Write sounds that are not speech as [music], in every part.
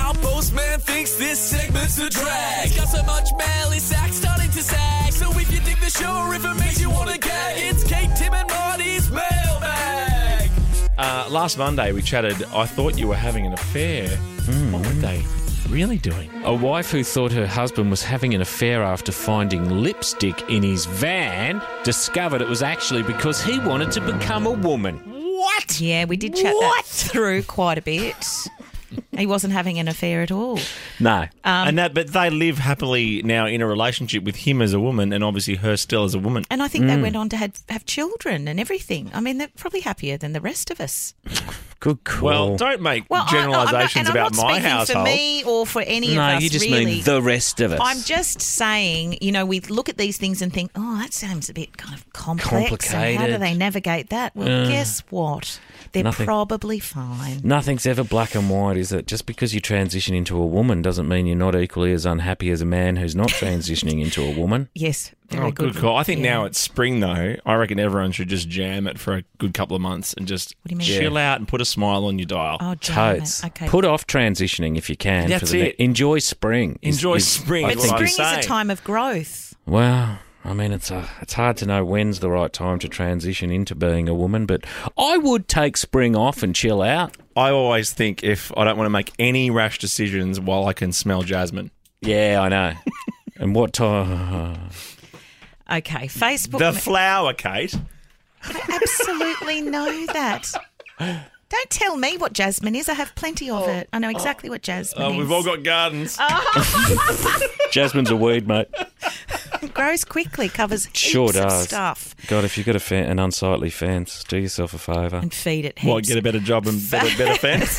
Our postman thinks this segment's a drag. It's got so much malice, act starting to sag. So if you dig the show or if it makes you want to gag, it's Kate, Tim, and Marty's mailbag. Uh, last Monday we chatted. I thought you were having an affair. What were they really doing? Hmm. A wife who thought her husband was having an affair after finding lipstick in his van discovered it was actually because he wanted to become a woman. What? Yeah, we did chat that through quite a bit. he wasn't having an affair at all. No, Um, and that. But they live happily now in a relationship with him as a woman, and obviously her still as a woman. And I think they went on to have, have children and everything. I mean, they're probably happier than the rest of us. Good call. Well, don't make I- I- I'm not- generalisations and I'm about not my speaking household. for me or for any no, of us. you just really. mean the rest of us. I'm just saying, you know, we look at these things and think, oh, that sounds a bit kind of complex. And how do Complicated. they navigate that? Well, guess what? They're nothing. probably fine. Nothing's ever black and white, is it? Just because you transition into a woman doesn't mean you're not equally as unhappy as a man who's not transitioning into a woman. Yes, very Oh, good call. I think Yeah. now it's spring though. I reckon everyone should just jam it for a good couple of months and just do you mean? chill out and put a smile on your dial. Oh, damn it. Totes. Okay. Put off transitioning if you can. for That's the ne- it. Enjoy spring. is- Enjoy is- spring I is but what think I'm spring is- is a saying. time of growth. Well, I mean, it's a, it's hard to know when's the right time to transition into being a woman, but I would take spring off and chill out. I always think if I don't want to make any rash decisions while I can smell jasmine. Yeah, [laughs] I know. and what time? Okay, Facebook. The flower, Kate. Uh, I absolutely know that. Don't tell me what jasmine is. I have plenty of it. I know exactly what jasmine Oh, is. we've all got gardens. [laughs] Um, Jasmine's a weed, mate. It grows [laughs] quickly, covers heaps Sure of does. stuff, God, if you've got a fe- an unsightly fence, do yourself a favour. and feed it heaps. What, get a better job and better, [laughs] better fans? [laughs]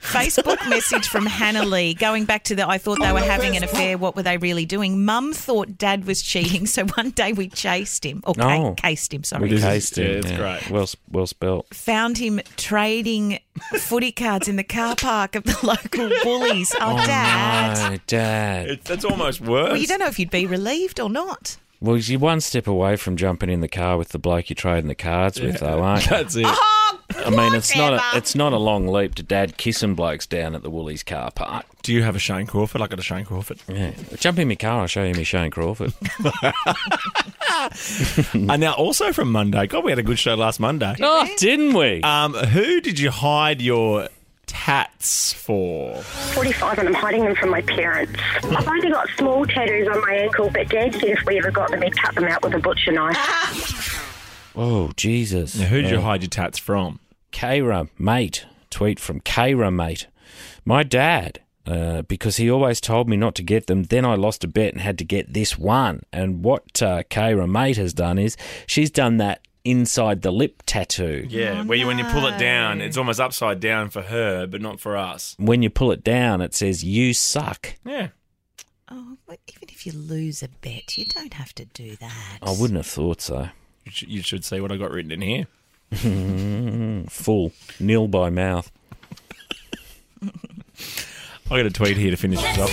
Facebook message from Hannah Lee going back to the I thought Oh, they were having an affair. What were they really doing? Mum thought dad was cheating, so one day we chased him or ca- Oh. cased him. Sorry, We This is- cased him, yeah, it's great. Well, s- well spelt. found him trading footy cards in the car park of the [laughs] local bullies. Oh, dad. No, Dad. It's- That's almost worse. Well, you don't know if you'd be relieved or not. Well, you're one step away from jumping in the car with the bloke you're trading the cards with, though, aren't you? That's it. Ah, I mean, it's not Whatever. a, it's not a long leap to Dad kissing blokes down at the Woolies car park. Do you have a Shane Crawford? I got a Shane Crawford. Yeah, jump in my car. I'll show you me Shane Crawford. and now also from Monday. God, we had a good show last Monday. oh, didn't we? Um, who did you hide your tats for? 45 and I'm hiding them from my parents. I've only got small tattoos on my ankle, but Dad said if we ever got them, he'd cut them out with a butcher knife. oh, Jesus. Now, who did you hide your tats from? Kira, mate. Tweet from Kira, mate. My dad, uh, because he always told me not to get them. Then I lost a bet and had to get this one. And what uh, Kira, mate, has done is she's done that inside the lip tattoo. Yeah, where you, when you pull it down, it's almost upside down for her, but not for us. When you pull it down, it says, You suck. Yeah. Oh, well, even if you lose a bet, you don't have to do that. I wouldn't have thought so. You should, you should see what I got written in here. Full. Hmm, Nil by mouth. I got a tweet here to finish this up.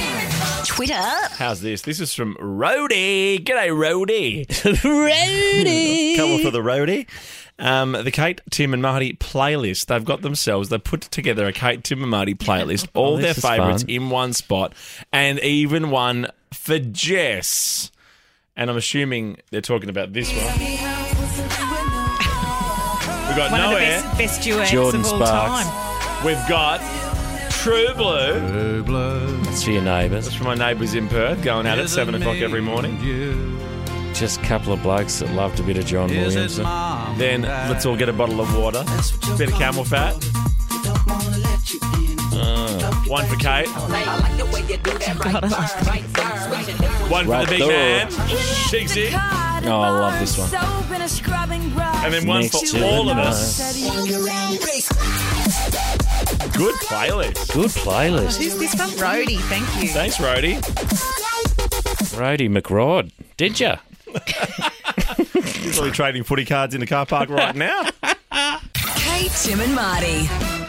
Twitter up. How's this? This is from Rody. G'day, Rody. Ready? Cover for the Rody. Um, the Kate, Tim, and Marty playlist. They've got themselves. They put together a Kate, Tim, and Marty playlist. All Oh, their this is favourites fun. in one spot, and even one for Jess. And I'm assuming they're talking about this one. We got One of the nowhere. best, best duets Jordan of all Sparks. time. We've got True Blue. It's for your neighbours. That's from my neighbours in Perth, going out at seven o'clock every morning. Just a couple of blokes that loved a bit of John Williamson. Then let's all get a bottle of water, bit of camel fat. Uh, One for Kate, one for the Right big door. man, Shigsy, Oh, I love this one. and then one for Next to all of the us. Good playlist. Good playlist. Who's this from? Rhodey, thank you. Thanks, Rody. Brody McRod. Did you? [laughs] He's probably trading footy cards in the car park right now. Kate, Tim, and Marty.